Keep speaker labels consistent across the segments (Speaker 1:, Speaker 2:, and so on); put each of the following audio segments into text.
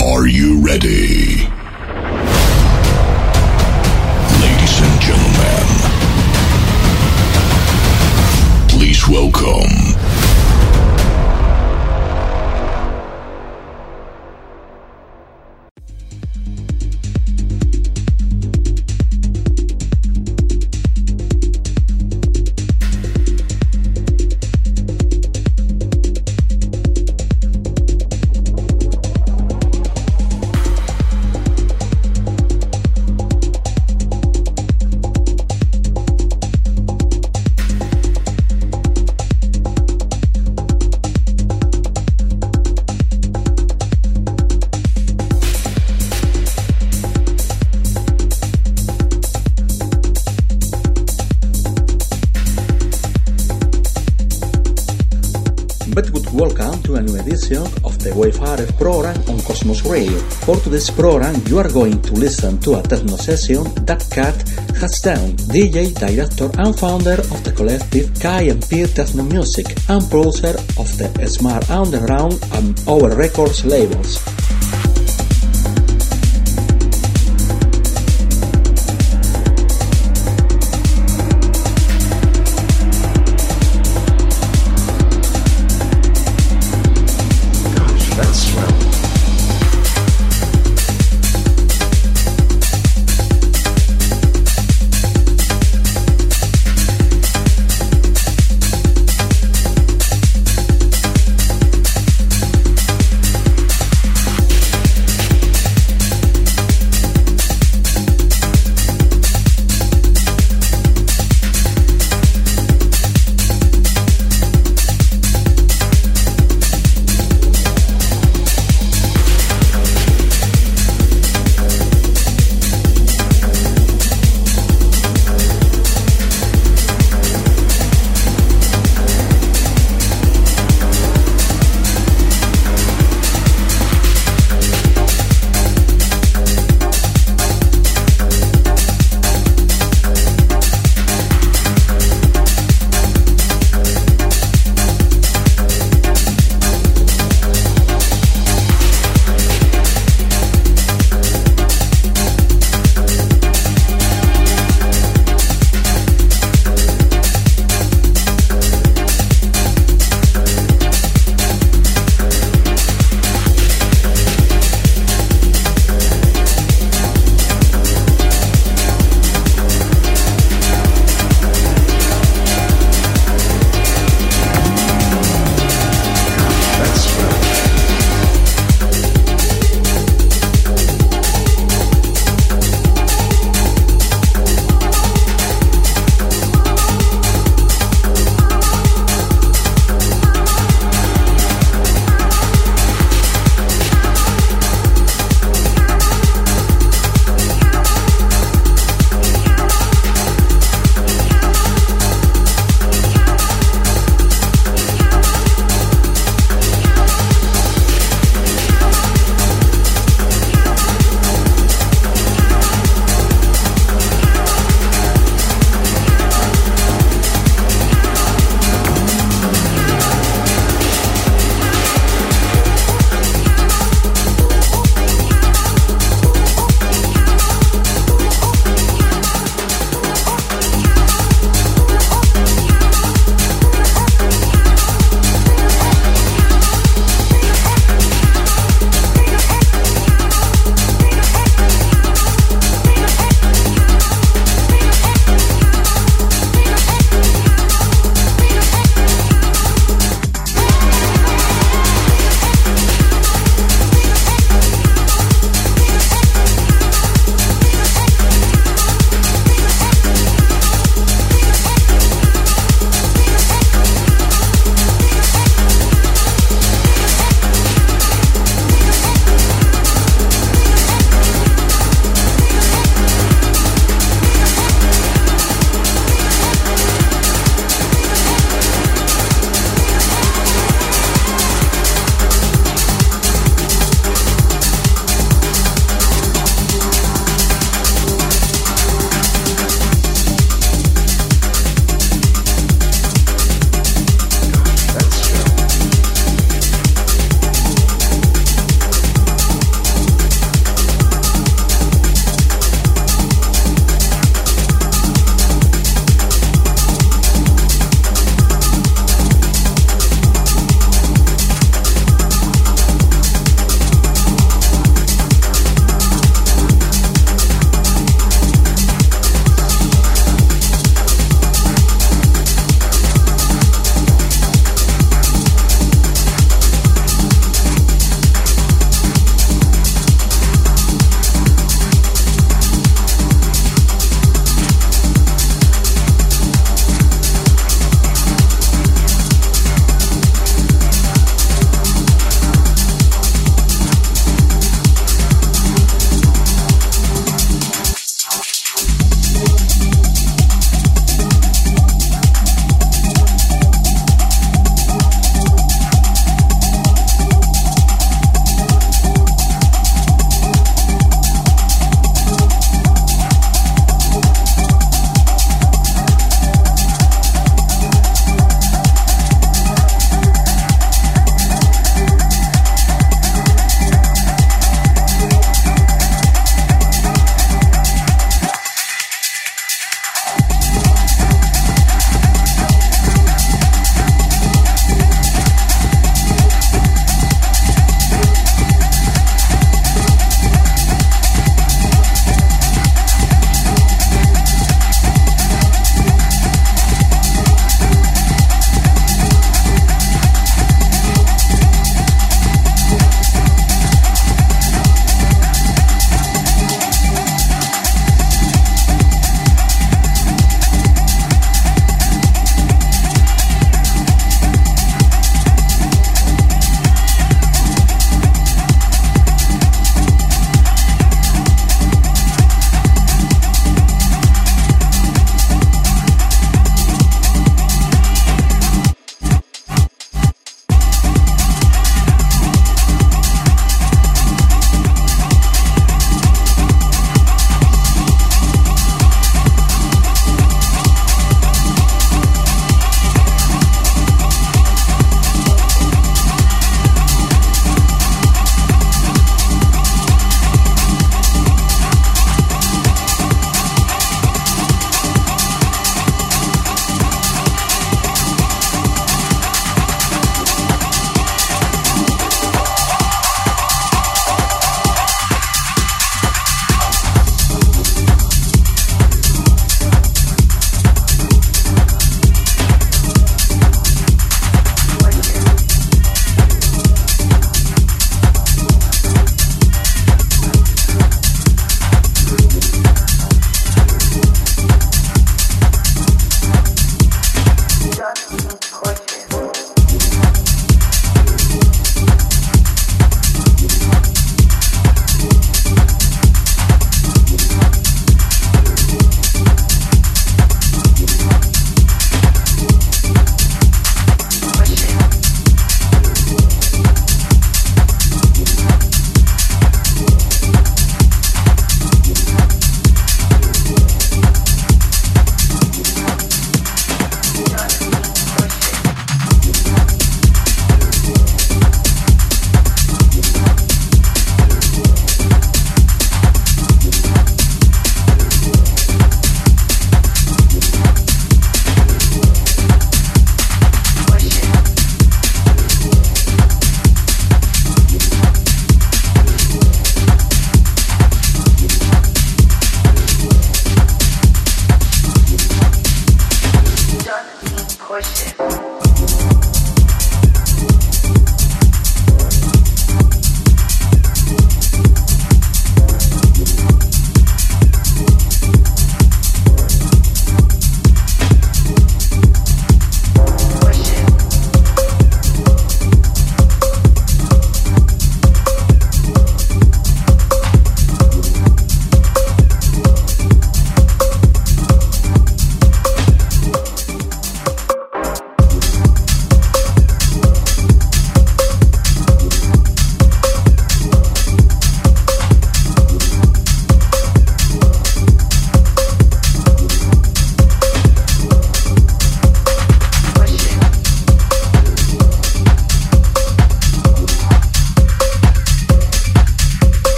Speaker 1: Are you ready? Ladies and gentlemen, please welcome.
Speaker 2: But good welcome to a new edition of the Wayfarer program on Cosmos Radio. For today's program, you are going to listen to a techno session that Cat has done, DJ, director, and founder of the collective Kai and Peer Techno Music, and producer of the Smart Underground and our records labels.
Speaker 3: Gosh, that's swell.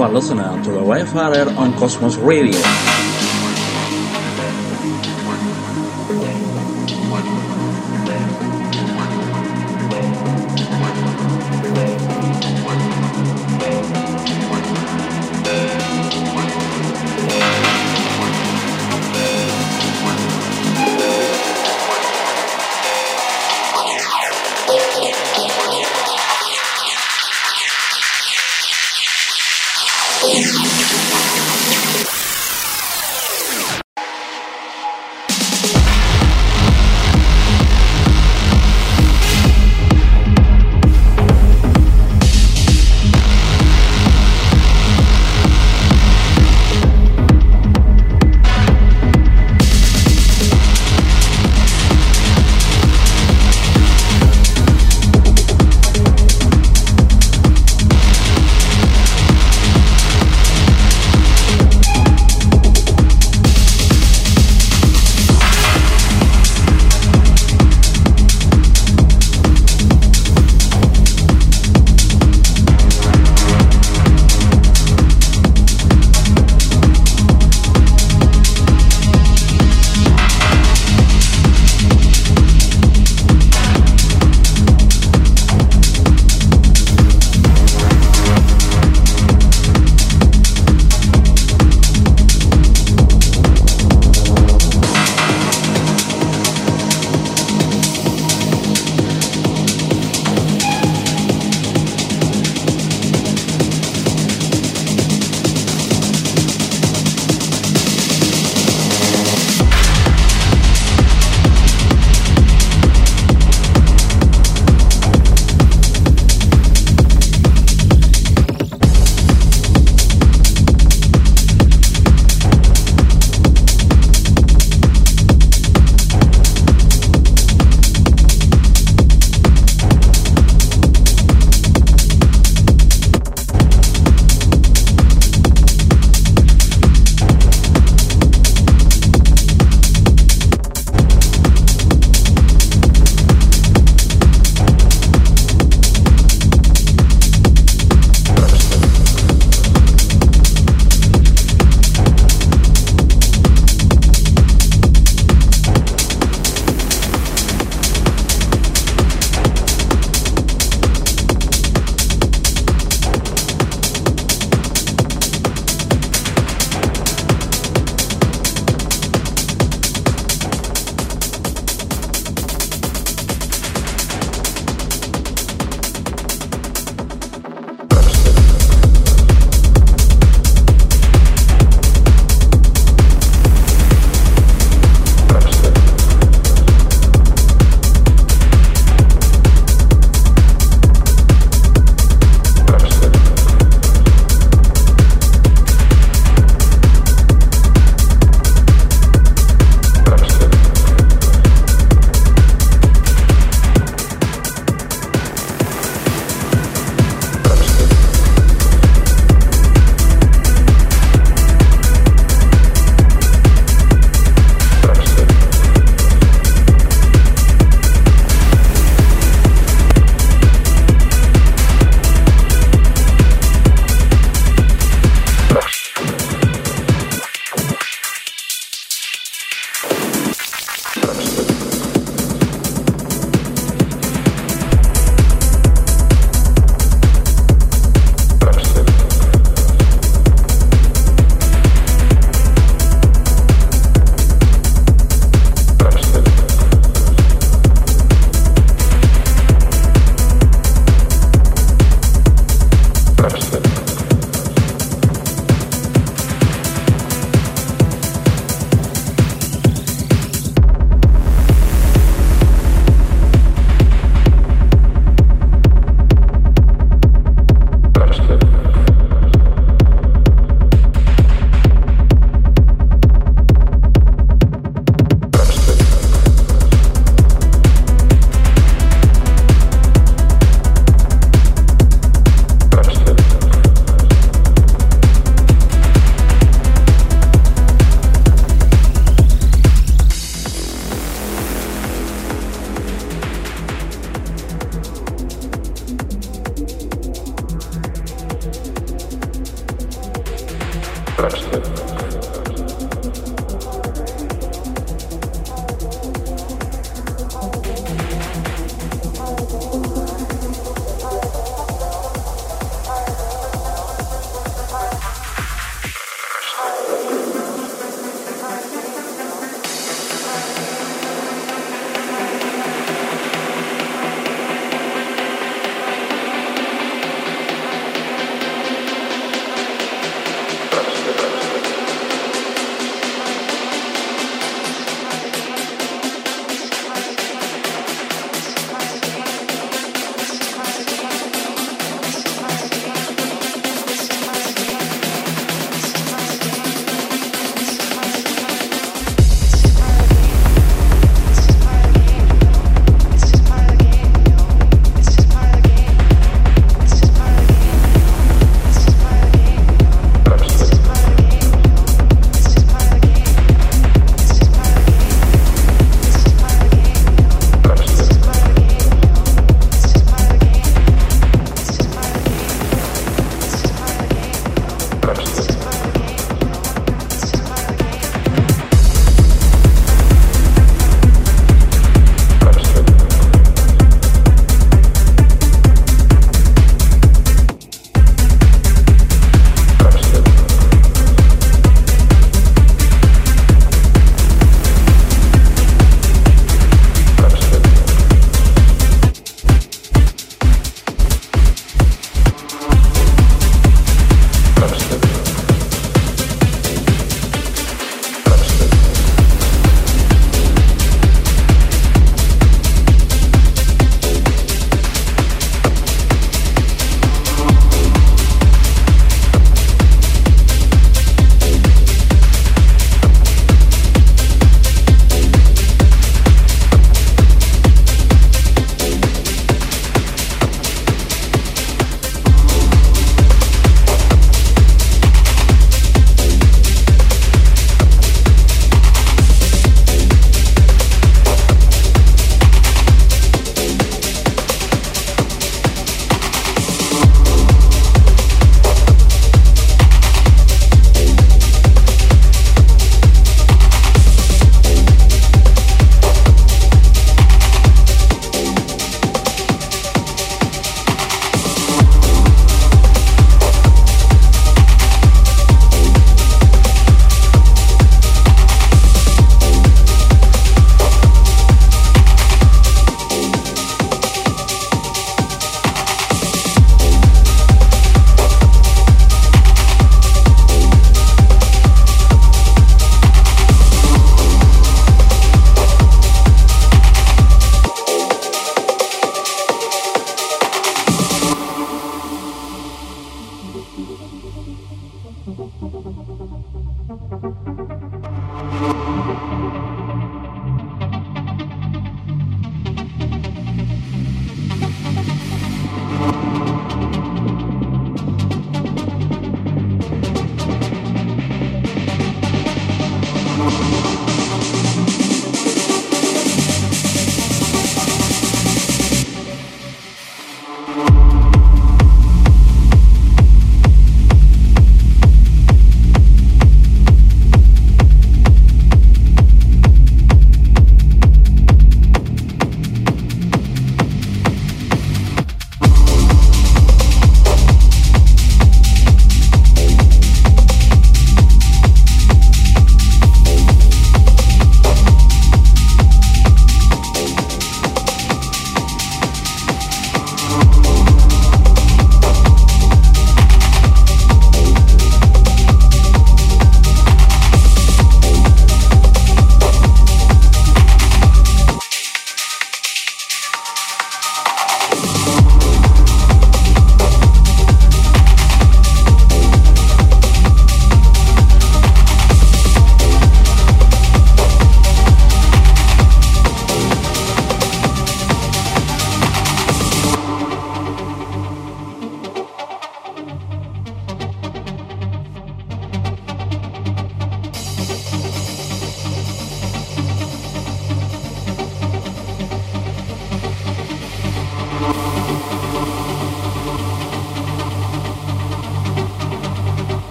Speaker 2: are listening to the Wayfarer on Cosmos Radio.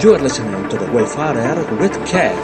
Speaker 2: You are listening to The Wayfarer with Kev.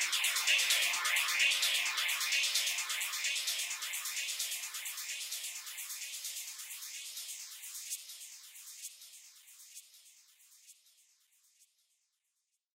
Speaker 4: Thank you.